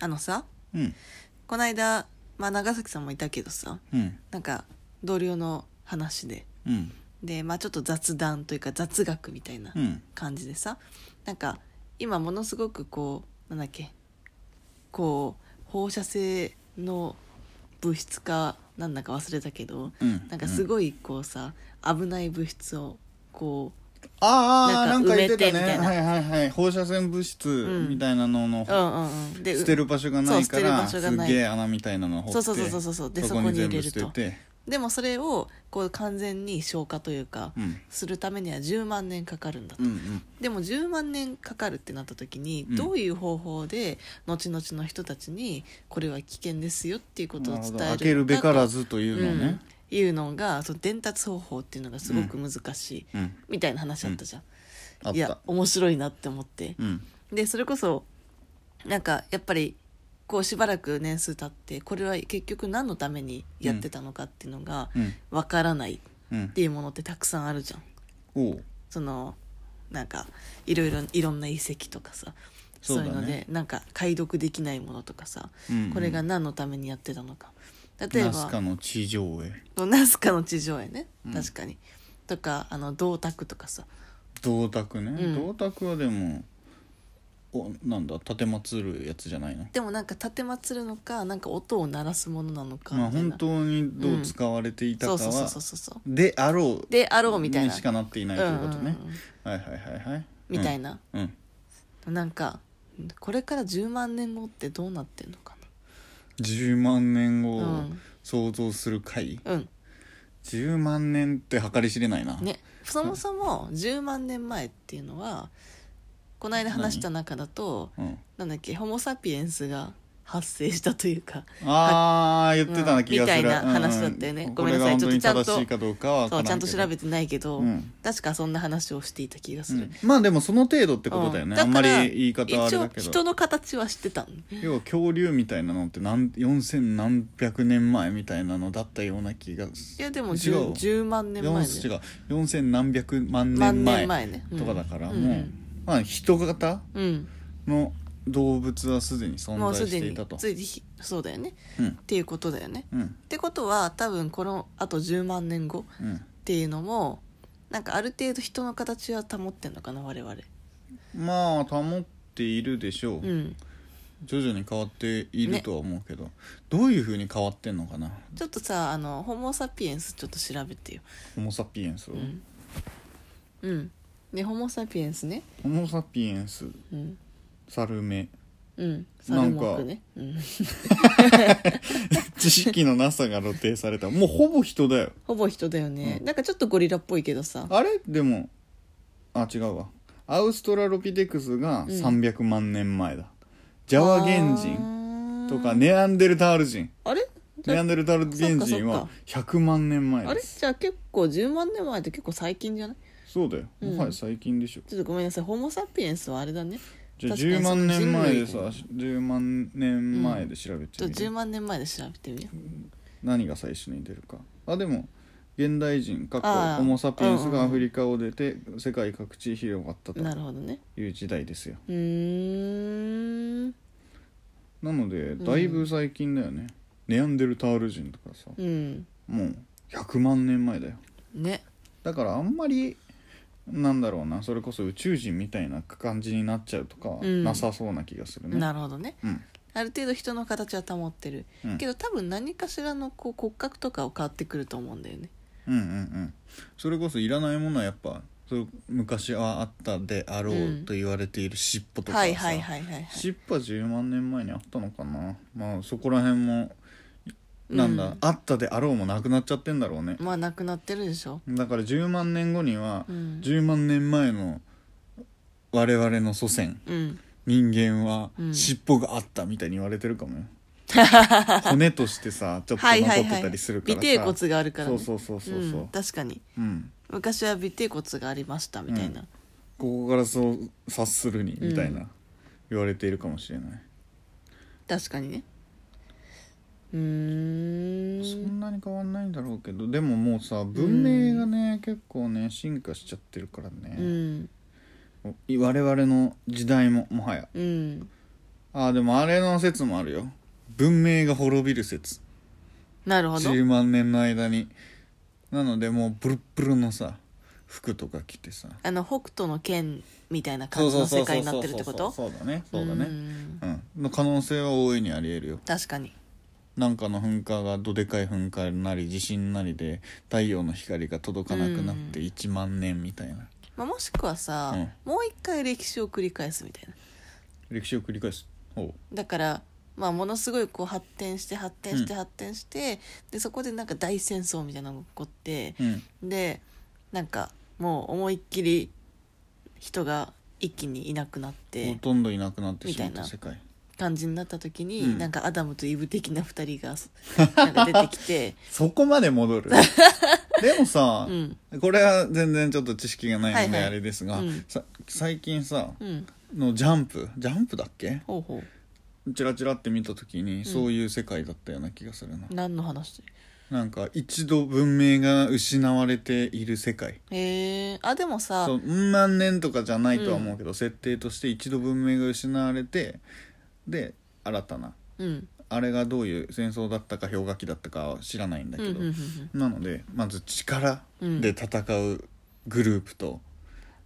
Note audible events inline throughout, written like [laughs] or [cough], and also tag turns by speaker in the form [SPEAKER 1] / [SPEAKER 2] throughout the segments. [SPEAKER 1] あのさ
[SPEAKER 2] うん
[SPEAKER 1] こないだ、まあ、長崎さんもいたけどさ
[SPEAKER 2] うん
[SPEAKER 1] なんか同僚の話で
[SPEAKER 2] うん
[SPEAKER 1] で、まあ、ちょっと雑談というか雑学みたいな
[SPEAKER 2] うん
[SPEAKER 1] 感じでさ、なんか今ものすごくこうなんだっけこう放射性の物質かなんだか忘れたけど、
[SPEAKER 2] うん
[SPEAKER 1] なんかすごいこうさ危ない物質をこ
[SPEAKER 2] ああ
[SPEAKER 1] な
[SPEAKER 2] なんん
[SPEAKER 1] か
[SPEAKER 2] か言ってた
[SPEAKER 1] 埋
[SPEAKER 2] ね
[SPEAKER 1] めてみた
[SPEAKER 2] はいはいはい放射線物質
[SPEAKER 1] ん
[SPEAKER 2] みたいなのの、
[SPEAKER 1] う、うんうんうん、で
[SPEAKER 2] 捨てる場所がないか
[SPEAKER 1] そう
[SPEAKER 2] ら
[SPEAKER 1] 捨て
[SPEAKER 2] す
[SPEAKER 1] る場所がない
[SPEAKER 2] げえ穴みたいなのを掘って
[SPEAKER 1] そうそうそうそうそうで
[SPEAKER 2] そこ
[SPEAKER 1] そ
[SPEAKER 2] に
[SPEAKER 1] こに
[SPEAKER 2] 全
[SPEAKER 1] 入れ
[SPEAKER 2] 部
[SPEAKER 1] る
[SPEAKER 2] 捨
[SPEAKER 1] と
[SPEAKER 2] てて
[SPEAKER 1] でもそれをこう完全に消化というか、
[SPEAKER 2] うん
[SPEAKER 1] するためには10万年かかるんだと、
[SPEAKER 2] うんうん
[SPEAKER 1] でも10万年かかるってなった時に、
[SPEAKER 2] うん
[SPEAKER 1] どういう方法で後々の人たちにこれは危険ですよっていうことを
[SPEAKER 2] なる
[SPEAKER 1] 伝え
[SPEAKER 2] ほ
[SPEAKER 1] るのが
[SPEAKER 2] ど開けるべからずというのを
[SPEAKER 1] うん
[SPEAKER 2] ね、
[SPEAKER 1] いうのがその伝達方法っていうのがすごく難しい、
[SPEAKER 2] うん、
[SPEAKER 1] みたいな話あったじゃん、
[SPEAKER 2] あっ
[SPEAKER 1] いや
[SPEAKER 2] た
[SPEAKER 1] 面白いなって思って
[SPEAKER 2] う、ん
[SPEAKER 1] でそれこそなんかやっぱりこうしばらく年数経ってこれは結局何のためにやってたのかっていうのが
[SPEAKER 2] うん
[SPEAKER 1] わからないっ
[SPEAKER 2] うん
[SPEAKER 1] ていうものってたくさんあるじゃん
[SPEAKER 2] おう
[SPEAKER 1] そのなんかいろいろいろんな遺跡とかさ
[SPEAKER 2] そうだね
[SPEAKER 1] いうのでなんか解読できないものとかさ、
[SPEAKER 2] うんうん
[SPEAKER 1] これが何のためにやってたのか例え
[SPEAKER 2] ナス
[SPEAKER 1] ば
[SPEAKER 2] カの地上絵
[SPEAKER 1] ナスカの地上絵ね
[SPEAKER 2] うん
[SPEAKER 1] 確かに、とかあの銅鐸とかさ
[SPEAKER 2] 銅鐸ね、
[SPEAKER 1] うん
[SPEAKER 2] 銅鐸はでもおなんだ立てまつるやつじゃないの
[SPEAKER 1] でもなんか立てまつるのかなんか音を鳴らすものなのか
[SPEAKER 2] まあ
[SPEAKER 1] みたいな
[SPEAKER 2] 本当にどう使われていたか
[SPEAKER 1] そうそう
[SPEAKER 2] は
[SPEAKER 1] そうそうそう
[SPEAKER 2] であろう
[SPEAKER 1] であろうみたいな
[SPEAKER 2] にしかなっていないということね
[SPEAKER 1] うんうんうん
[SPEAKER 2] はいはいはいはい
[SPEAKER 1] みたい
[SPEAKER 2] な
[SPEAKER 1] な、
[SPEAKER 2] うん
[SPEAKER 1] なんかこれから10万年後ってどうなってんのか
[SPEAKER 2] 10万年後
[SPEAKER 1] う
[SPEAKER 2] を
[SPEAKER 1] ん
[SPEAKER 2] 想像する回
[SPEAKER 1] なうん
[SPEAKER 2] 10万年って計り知れないな
[SPEAKER 1] ねそもそも10万年前っていうのはこの間話した中だと
[SPEAKER 2] うん
[SPEAKER 1] なんだっけホモ・サピエンスが発生したというか
[SPEAKER 2] ああ言ってた
[SPEAKER 1] う
[SPEAKER 2] なん気がする
[SPEAKER 1] みたいな話だったよね
[SPEAKER 2] うん
[SPEAKER 1] ごめんなさい
[SPEAKER 2] こ
[SPEAKER 1] ちょ
[SPEAKER 2] れ
[SPEAKER 1] っと
[SPEAKER 2] が本
[SPEAKER 1] ちゃんと
[SPEAKER 2] 当に正しいかどうかは分か
[SPEAKER 1] そ
[SPEAKER 2] ら
[SPEAKER 1] うんちゃんと
[SPEAKER 2] けど
[SPEAKER 1] 調べてないけど、
[SPEAKER 2] うん
[SPEAKER 1] 確かそんな話をしていた気がする、
[SPEAKER 2] うんまあでもその程度ってことだよね、
[SPEAKER 1] うん
[SPEAKER 2] あんまり言い方はあれだけ
[SPEAKER 1] 一応人
[SPEAKER 2] ど
[SPEAKER 1] の形は知ってたの
[SPEAKER 2] 要は恐竜みたいなのって何4000何百年前みたいなのだったような気がす
[SPEAKER 1] いやでも
[SPEAKER 2] 違
[SPEAKER 1] 10,
[SPEAKER 2] う
[SPEAKER 1] 10万年前
[SPEAKER 2] 四
[SPEAKER 1] で
[SPEAKER 2] 違う4000何百万
[SPEAKER 1] 万年
[SPEAKER 2] 年前
[SPEAKER 1] 前ね、うん
[SPEAKER 2] とかだから、
[SPEAKER 1] うん
[SPEAKER 2] もう、まあ、人型
[SPEAKER 1] うん
[SPEAKER 2] の動物はすでに
[SPEAKER 1] も
[SPEAKER 2] 存
[SPEAKER 1] う
[SPEAKER 2] 在
[SPEAKER 1] すで
[SPEAKER 2] してい
[SPEAKER 1] に
[SPEAKER 2] たと
[SPEAKER 1] ついてひそうだよね
[SPEAKER 2] うん
[SPEAKER 1] っていうことだよね
[SPEAKER 2] うん
[SPEAKER 1] ってことは多分このあと10万年後
[SPEAKER 2] うん
[SPEAKER 1] っていうのもなんかある程度人の形は保ってんのかな我々
[SPEAKER 2] まあ保っているでしょう、
[SPEAKER 1] うん
[SPEAKER 2] 徐々に変わってい
[SPEAKER 1] ね
[SPEAKER 2] るとは思うけど、どういうふうに変わってんのかな
[SPEAKER 1] ちょっとさあのホモ・サピエンスちょっと調べてよ
[SPEAKER 2] ホモ・サピエンスを、
[SPEAKER 1] うん、うん、でホモ・サピエンスね
[SPEAKER 2] ホモ・サピエンス
[SPEAKER 1] うん
[SPEAKER 2] サルメ
[SPEAKER 1] うんサルモクねうん、
[SPEAKER 2] 知識のなさが露呈されたもうほぼ人だよ
[SPEAKER 1] ほぼ人だよね、
[SPEAKER 2] うん
[SPEAKER 1] なんかちょっとゴリラっぽいけどさ
[SPEAKER 2] あれでもあ違うわアウストラロピテクスが300万年前だ、ジャワ原人
[SPEAKER 1] 人
[SPEAKER 2] とかネアンデルタール人
[SPEAKER 1] あれ
[SPEAKER 2] ネアンデルタール原
[SPEAKER 1] そっ
[SPEAKER 2] 人
[SPEAKER 1] かそっ
[SPEAKER 2] は100万年前
[SPEAKER 1] あ
[SPEAKER 2] で
[SPEAKER 1] れ
[SPEAKER 2] す
[SPEAKER 1] じゃあ結構10万年前って結構最近じゃない
[SPEAKER 2] そうだよ、
[SPEAKER 1] うん
[SPEAKER 2] もはや最近でしょ
[SPEAKER 1] ちょっとごめんなさいホモ・サピエンスはあれだね
[SPEAKER 2] じゃあ
[SPEAKER 1] 確かに
[SPEAKER 2] 10万年前でさ
[SPEAKER 1] その
[SPEAKER 2] 10万年前で調べ
[SPEAKER 1] ちょ
[SPEAKER 2] て
[SPEAKER 1] っ
[SPEAKER 2] み
[SPEAKER 1] と
[SPEAKER 2] る、
[SPEAKER 1] 10万年前で調べてみよう
[SPEAKER 2] 何が最初に出るかあでも現代人過去
[SPEAKER 1] あー
[SPEAKER 2] ホモ・サピエンス
[SPEAKER 1] うんうんうん
[SPEAKER 2] がアフリカを出て世界各地へ広がったと
[SPEAKER 1] なるほどね
[SPEAKER 2] いう時代ですよ
[SPEAKER 1] うーん
[SPEAKER 2] なのでだいぶ最近だよね、ネアンデルタール人とかさ
[SPEAKER 1] うん
[SPEAKER 2] もう100万年前だよ
[SPEAKER 1] ね
[SPEAKER 2] だからあんまりなんだろうなそれこそ宇宙人みたいな感じになっちゃうとかは
[SPEAKER 1] うん
[SPEAKER 2] なさそうな気がするね、
[SPEAKER 1] なるほどね
[SPEAKER 2] うん
[SPEAKER 1] ある程度人の形は保ってる、
[SPEAKER 2] うん
[SPEAKER 1] けど多分何かしらのこう骨格とかを変わってくると思うんだよね
[SPEAKER 2] うんうんうんそれこそいらないものはやっぱそう昔はあったであろうと言われている尻尾とかさ、
[SPEAKER 1] はいはいはいはいはい
[SPEAKER 2] 尻尾は10万年前にあったのかなまあそこら辺も
[SPEAKER 1] うん
[SPEAKER 2] なんだ、あったであろうもなくなっちゃってんだろうね
[SPEAKER 1] まあなくなってるでしょ
[SPEAKER 2] だから10万年後には
[SPEAKER 1] うん
[SPEAKER 2] 10万年前の我々の祖先
[SPEAKER 1] うん
[SPEAKER 2] 人間は
[SPEAKER 1] うん
[SPEAKER 2] 尻尾があったみたいに言われてる
[SPEAKER 1] [laughs]
[SPEAKER 2] かもよ、骨としてさちょっと
[SPEAKER 1] はい
[SPEAKER 2] 残
[SPEAKER 1] はい
[SPEAKER 2] っ
[SPEAKER 1] は
[SPEAKER 2] て
[SPEAKER 1] い
[SPEAKER 2] たりするか
[SPEAKER 1] 尾
[SPEAKER 2] らさ、
[SPEAKER 1] てい骨があるからね
[SPEAKER 2] そうそうそうそうそう
[SPEAKER 1] うん確かに
[SPEAKER 2] うん
[SPEAKER 1] 昔は尾てい骨がありましたみたいな、
[SPEAKER 2] ここからそう察するにみたいな、
[SPEAKER 1] う
[SPEAKER 2] 言われているかもしれない
[SPEAKER 1] 確かにねうー
[SPEAKER 2] そ
[SPEAKER 1] ん
[SPEAKER 2] んなに変わんないんだろうけどでももうさ文明がね、結構ね進化しちゃってるから
[SPEAKER 1] う
[SPEAKER 2] ね、
[SPEAKER 1] ん
[SPEAKER 2] 我々の時代ももはや
[SPEAKER 1] うん
[SPEAKER 2] あーでもあれの説もあるよ文明が滅びる説
[SPEAKER 1] なるほど
[SPEAKER 2] 10万年の間になのでもうブルッブルのさ服とか着てさ
[SPEAKER 1] あの北斗の剣みたいな感じの世界になってるってこと
[SPEAKER 2] そうだねそうだ
[SPEAKER 1] う
[SPEAKER 2] ね
[SPEAKER 1] ん
[SPEAKER 2] うんの可能性は大いにありえるよ
[SPEAKER 1] 確かに
[SPEAKER 2] なんかの噴火がどでかい噴火なり地震なりで太陽の光が届かなくなって1万年みたいな、
[SPEAKER 1] まあ、もしくはさ、
[SPEAKER 2] う
[SPEAKER 1] もう一回歴史を繰り返すみたいな
[SPEAKER 2] 歴史を繰り返すおう
[SPEAKER 1] だから、まあ、ものすごいこう発展して発展して
[SPEAKER 2] うん
[SPEAKER 1] 発展して、でそこでなんか大戦争みたいなのが起こって
[SPEAKER 2] うん
[SPEAKER 1] でなんかもう思いっきり人が一気にいなくなっ
[SPEAKER 2] ほ
[SPEAKER 1] て
[SPEAKER 2] とんどいなくなってしまっ
[SPEAKER 1] みたいな
[SPEAKER 2] た世界
[SPEAKER 1] 感じになった時に、
[SPEAKER 2] うん
[SPEAKER 1] なんかアダムとイブ的な二人
[SPEAKER 2] [laughs]
[SPEAKER 1] がなんか出てきて、
[SPEAKER 2] そこまで
[SPEAKER 1] [laughs]
[SPEAKER 2] 戻るでもさ、
[SPEAKER 1] うん
[SPEAKER 2] これは全然ちょっと知識がないの
[SPEAKER 1] はい
[SPEAKER 2] で
[SPEAKER 1] はい
[SPEAKER 2] あれですが、
[SPEAKER 1] うん
[SPEAKER 2] さ最近さ
[SPEAKER 1] うん、
[SPEAKER 2] のジャンプジャンプだっけ
[SPEAKER 1] ほうほ
[SPEAKER 2] チラチラって見た時にそういう世界だったような気がするな、
[SPEAKER 1] う何の話
[SPEAKER 2] なんか一度文明が失われている世界
[SPEAKER 1] へえあでもさ
[SPEAKER 2] そう何年とかじゃないとは思うけど、設定として一度文明が失われてで新たな
[SPEAKER 1] うん
[SPEAKER 2] あれがどういう戦争だったか氷河期だったかは知らないんだ
[SPEAKER 1] うん
[SPEAKER 2] け
[SPEAKER 1] うん
[SPEAKER 2] ど、
[SPEAKER 1] うんうん
[SPEAKER 2] なのでまず力で戦うグループと、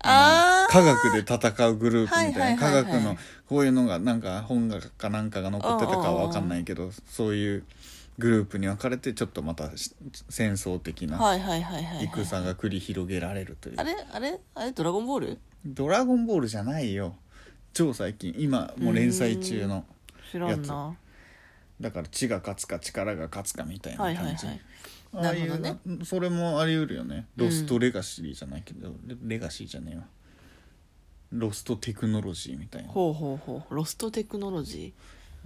[SPEAKER 1] あ
[SPEAKER 2] 科学で戦うグループみた
[SPEAKER 1] はいはい
[SPEAKER 2] いな
[SPEAKER 1] は
[SPEAKER 2] 科
[SPEAKER 1] いはい
[SPEAKER 2] 学のこういうのがなんか本がかなんかが残ってたかは分かんないけどそういうグループに分かれてちょっとまたし戦争的
[SPEAKER 1] あ
[SPEAKER 2] な
[SPEAKER 1] はいはいはいはい、はい、
[SPEAKER 2] 戦が繰り広げられるという
[SPEAKER 1] あれあれあれドラゴンボール
[SPEAKER 2] ドラゴンボールじゃないよ超最近今もう連載中の
[SPEAKER 1] 知らんな
[SPEAKER 2] だから血が勝つか力が勝つかみたいな
[SPEAKER 1] はいはいは
[SPEAKER 2] 感
[SPEAKER 1] い
[SPEAKER 2] じあ
[SPEAKER 1] な
[SPEAKER 2] あ
[SPEAKER 1] る
[SPEAKER 2] い
[SPEAKER 1] ほど
[SPEAKER 2] う
[SPEAKER 1] ね
[SPEAKER 2] なそれもあり得るよね
[SPEAKER 1] うん
[SPEAKER 2] ロストレガシーじゃないけど、レレガシーじゃねえわロストテクノロジーみたいな
[SPEAKER 1] ほうほうほうロストテクノロジ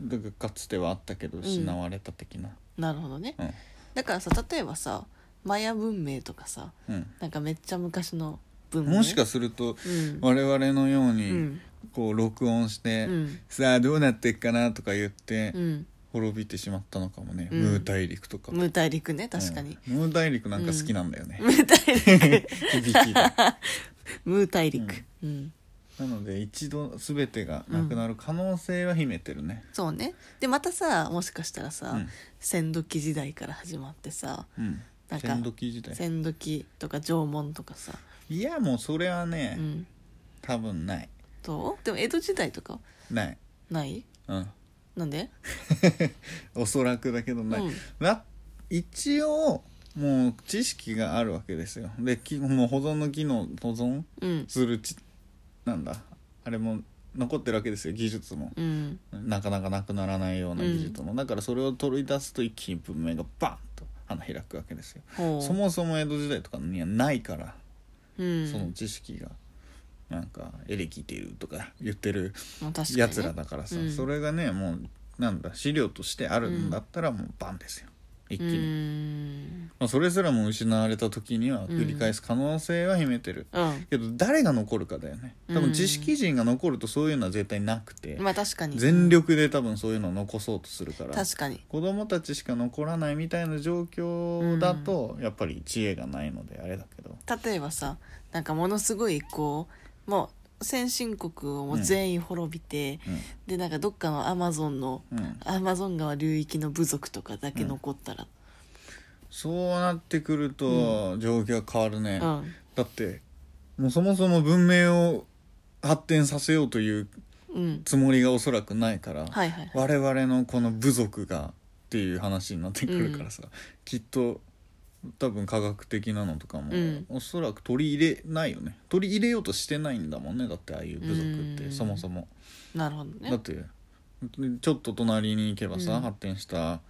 [SPEAKER 2] だからかつてはあったけど
[SPEAKER 1] ん
[SPEAKER 2] 失われた的な
[SPEAKER 1] ーなるほどね
[SPEAKER 2] うん
[SPEAKER 1] だからさ例えばさマヤ文明とかさ
[SPEAKER 2] うん、
[SPEAKER 1] なんかめっちゃ昔の文明
[SPEAKER 2] もしかすると
[SPEAKER 1] うん
[SPEAKER 2] 我々のよう
[SPEAKER 1] う
[SPEAKER 2] に
[SPEAKER 1] ん
[SPEAKER 2] こう録音して、
[SPEAKER 1] うん
[SPEAKER 2] さあどうなっていくかなとか言って
[SPEAKER 1] うん
[SPEAKER 2] 滅びてしまったのかもね、
[SPEAKER 1] うん
[SPEAKER 2] ムー大陸とか
[SPEAKER 1] 無大陸ね確かに、
[SPEAKER 2] うんムー大陸なんか好きなんだよね、
[SPEAKER 1] 無大陸
[SPEAKER 2] [laughs] 響きが
[SPEAKER 1] 無大陸うん
[SPEAKER 2] なので一度全てがなくなる可能性は秘めてるね
[SPEAKER 1] そうねでまたさもしかしたらさ、
[SPEAKER 2] うん
[SPEAKER 1] 千時時代から始まってさ
[SPEAKER 2] うん
[SPEAKER 1] なんか
[SPEAKER 2] 千時時代
[SPEAKER 1] 千時とか縄文とかさ、
[SPEAKER 2] いやもうそれは
[SPEAKER 1] う
[SPEAKER 2] ね、
[SPEAKER 1] ん、
[SPEAKER 2] 多分ない
[SPEAKER 1] どうでも江戸時代とか
[SPEAKER 2] ない
[SPEAKER 1] ない
[SPEAKER 2] うん
[SPEAKER 1] なんで
[SPEAKER 2] おそらくだけどない、
[SPEAKER 1] うん
[SPEAKER 2] な一応もう知識があるわけですよできもう保存の機能保存
[SPEAKER 1] うん
[SPEAKER 2] するちなんだあれも残ってるわけですよ技術も
[SPEAKER 1] うん
[SPEAKER 2] なかなかなくならないような技術も、だからそれを取り出すと一気に文明がバンと花開くわけですよ
[SPEAKER 1] ほう
[SPEAKER 2] そもそも江戸時代とかにはないから、
[SPEAKER 1] うん
[SPEAKER 2] その知識がなんかエレキてるとか言ってる
[SPEAKER 1] まあ確かにね
[SPEAKER 2] やつらだからさ、
[SPEAKER 1] うん
[SPEAKER 2] それがねもうなんだ資料としてあるんだったらもうバンですよ一気
[SPEAKER 1] う
[SPEAKER 2] に、
[SPEAKER 1] ーん
[SPEAKER 2] まあ、それすらも失われた時には繰り返す可能性は秘めてる、
[SPEAKER 1] うん
[SPEAKER 2] けど誰が残るかだよね多分知識人が残るとそういうのは絶対なくて、
[SPEAKER 1] まあ確かに
[SPEAKER 2] 全力で多分そういうのを残そうとするから
[SPEAKER 1] 確かに
[SPEAKER 2] 子供たちしか残らないみたいな状況だと、やっぱり知恵がないのであれだけど
[SPEAKER 1] 例えばさなんかものすごいこうもう先進国をもう全員滅びて、でなんかどっかのアマゾンの
[SPEAKER 2] うん、うん、
[SPEAKER 1] アマゾン川流域の部族とかだけ残ったら
[SPEAKER 2] そうなってくると状況が変わるね、
[SPEAKER 1] うん、
[SPEAKER 2] だってもうそもそも文明を発展させようという
[SPEAKER 1] うん
[SPEAKER 2] つもりがおそらくないから、
[SPEAKER 1] はいはい
[SPEAKER 2] 我々のこの部族がっていう話になってくるからさ、きっと多分科学的なのとかも、
[SPEAKER 1] うん
[SPEAKER 2] おそらく取り入れないよね取り入れようとしてないんだもんねだってああいう部族っ
[SPEAKER 1] う
[SPEAKER 2] て
[SPEAKER 1] ん
[SPEAKER 2] そもそも、
[SPEAKER 1] なるほど
[SPEAKER 2] だっ
[SPEAKER 1] ね
[SPEAKER 2] てちょっと隣に行けばさ、
[SPEAKER 1] うん
[SPEAKER 2] 発展した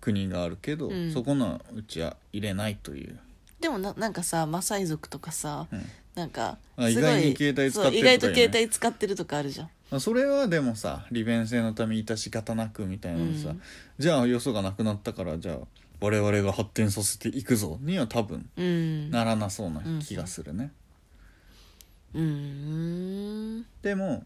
[SPEAKER 2] 国があるけど、
[SPEAKER 1] うん
[SPEAKER 2] そこのうちは入れないという、
[SPEAKER 1] でもななんかさマサイ族とかさ
[SPEAKER 2] うん
[SPEAKER 1] なんかす
[SPEAKER 2] あ
[SPEAKER 1] ごい
[SPEAKER 2] 意外に携帯使ってるとか
[SPEAKER 1] そう
[SPEAKER 2] ね
[SPEAKER 1] 意外と携帯使ってるとかあるじゃん
[SPEAKER 2] まあそれはでもさ利便性のため致し方なくみたいなのさ、
[SPEAKER 1] うん
[SPEAKER 2] じゃあよそがなくなったからじゃあ我々が発展させていくぞには多分
[SPEAKER 1] うん
[SPEAKER 2] ならなそうな気がするね、
[SPEAKER 1] うーん
[SPEAKER 2] でも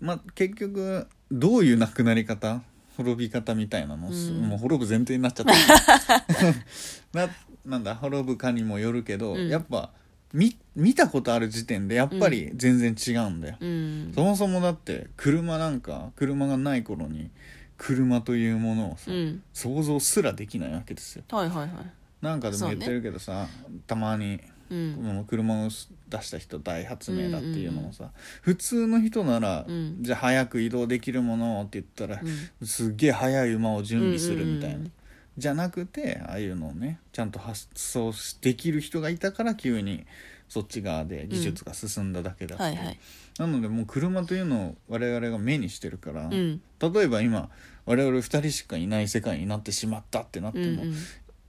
[SPEAKER 2] まあ結局どういうなくなり方滅び方みたいなの、す
[SPEAKER 1] うん
[SPEAKER 2] もう滅ぶ前
[SPEAKER 1] [laughs]
[SPEAKER 2] 提になっちゃったななんだ滅ぶかにもよるけど、
[SPEAKER 1] うん
[SPEAKER 2] やっぱ見見たことある時点でやっぱり全然違うんだよ、
[SPEAKER 1] うん
[SPEAKER 2] そもそもだって車なんか車がない頃に車というものをさ、
[SPEAKER 1] うん
[SPEAKER 2] 想像すらできないわけですよ
[SPEAKER 1] はいはいはい
[SPEAKER 2] なんかでも言ってるけどさ、たまに
[SPEAKER 1] うん
[SPEAKER 2] もう車を出した人大発明だっていうのもさ、普通の人なら、
[SPEAKER 1] うん
[SPEAKER 2] じゃあ早く移動できるものをって言ったら、
[SPEAKER 1] う
[SPEAKER 2] すっげえ速い馬を準備するみたいな、
[SPEAKER 1] うんうんうん
[SPEAKER 2] じゃなくてああいうのをねちゃんと発想しできる人がいたから急にそっち側で技術が進んだだけだって、
[SPEAKER 1] はいはい
[SPEAKER 2] なのでもう車というのを我々が目にしてるから、
[SPEAKER 1] うん
[SPEAKER 2] 例えば今我々2人しかいない世界になってしまったってなって
[SPEAKER 1] う
[SPEAKER 2] も、
[SPEAKER 1] んうん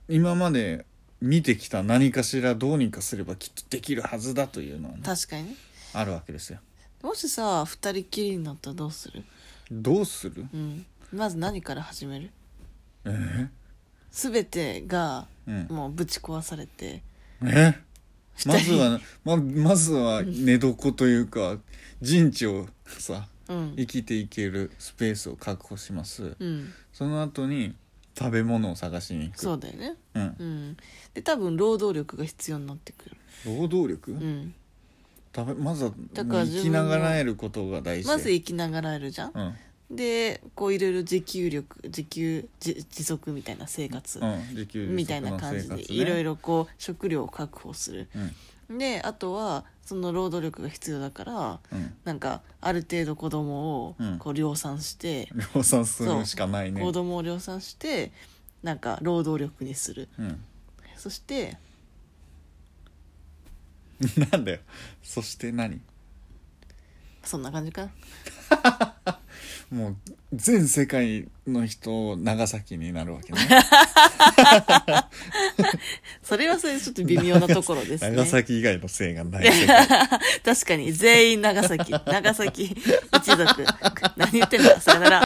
[SPEAKER 2] 今まで見てきた何かしらどうにかすればきっとできるはずだというのはね、
[SPEAKER 1] 確かにね
[SPEAKER 2] あるわけですよ。
[SPEAKER 1] もしさ二人きりになったらどうする
[SPEAKER 2] どうする
[SPEAKER 1] うんまず何から始める
[SPEAKER 2] えー
[SPEAKER 1] 全てが
[SPEAKER 2] うん
[SPEAKER 1] もうぶち壊されて
[SPEAKER 2] え
[SPEAKER 1] 二
[SPEAKER 2] まず
[SPEAKER 1] 人
[SPEAKER 2] はままずは寝床というか陣地をさ
[SPEAKER 1] うん
[SPEAKER 2] 生きていけるスペースを確保します
[SPEAKER 1] うん
[SPEAKER 2] その後に食べ物を探しに行く
[SPEAKER 1] そうだよね
[SPEAKER 2] うん
[SPEAKER 1] う、んで多分労働力が必要になってくる
[SPEAKER 2] 労働力、
[SPEAKER 1] うん
[SPEAKER 2] 食べまずは
[SPEAKER 1] だから
[SPEAKER 2] 生
[SPEAKER 1] 自
[SPEAKER 2] き
[SPEAKER 1] 分
[SPEAKER 2] な
[SPEAKER 1] の
[SPEAKER 2] がらえることが大事で
[SPEAKER 1] まず生きながらえるじゃん
[SPEAKER 2] うん
[SPEAKER 1] でこういろいろ自給力自給自自足みたいな生活
[SPEAKER 2] うん、自給自足の
[SPEAKER 1] みたいな感じ
[SPEAKER 2] 生活
[SPEAKER 1] で
[SPEAKER 2] ね
[SPEAKER 1] いろいろこう食料を確保する
[SPEAKER 2] うん
[SPEAKER 1] であとはその労働力が必要だから
[SPEAKER 2] うん
[SPEAKER 1] なんかある程度子供を
[SPEAKER 2] うん
[SPEAKER 1] こう量産して、
[SPEAKER 2] 量産するしかないね
[SPEAKER 1] 子供を量産してなんか労働力にする
[SPEAKER 2] うん、
[SPEAKER 1] そして
[SPEAKER 2] [laughs] なんだよそして何
[SPEAKER 1] そんな感じかな
[SPEAKER 2] もう全世界の人を長崎になるわけね
[SPEAKER 1] それはそれでちょっと微妙なところ [laughs] ですね
[SPEAKER 2] [laughs] 長崎以外の姓が
[SPEAKER 1] [laughs]
[SPEAKER 2] ない世界
[SPEAKER 1] 確かに全員長崎長崎一族何言ってんださよなら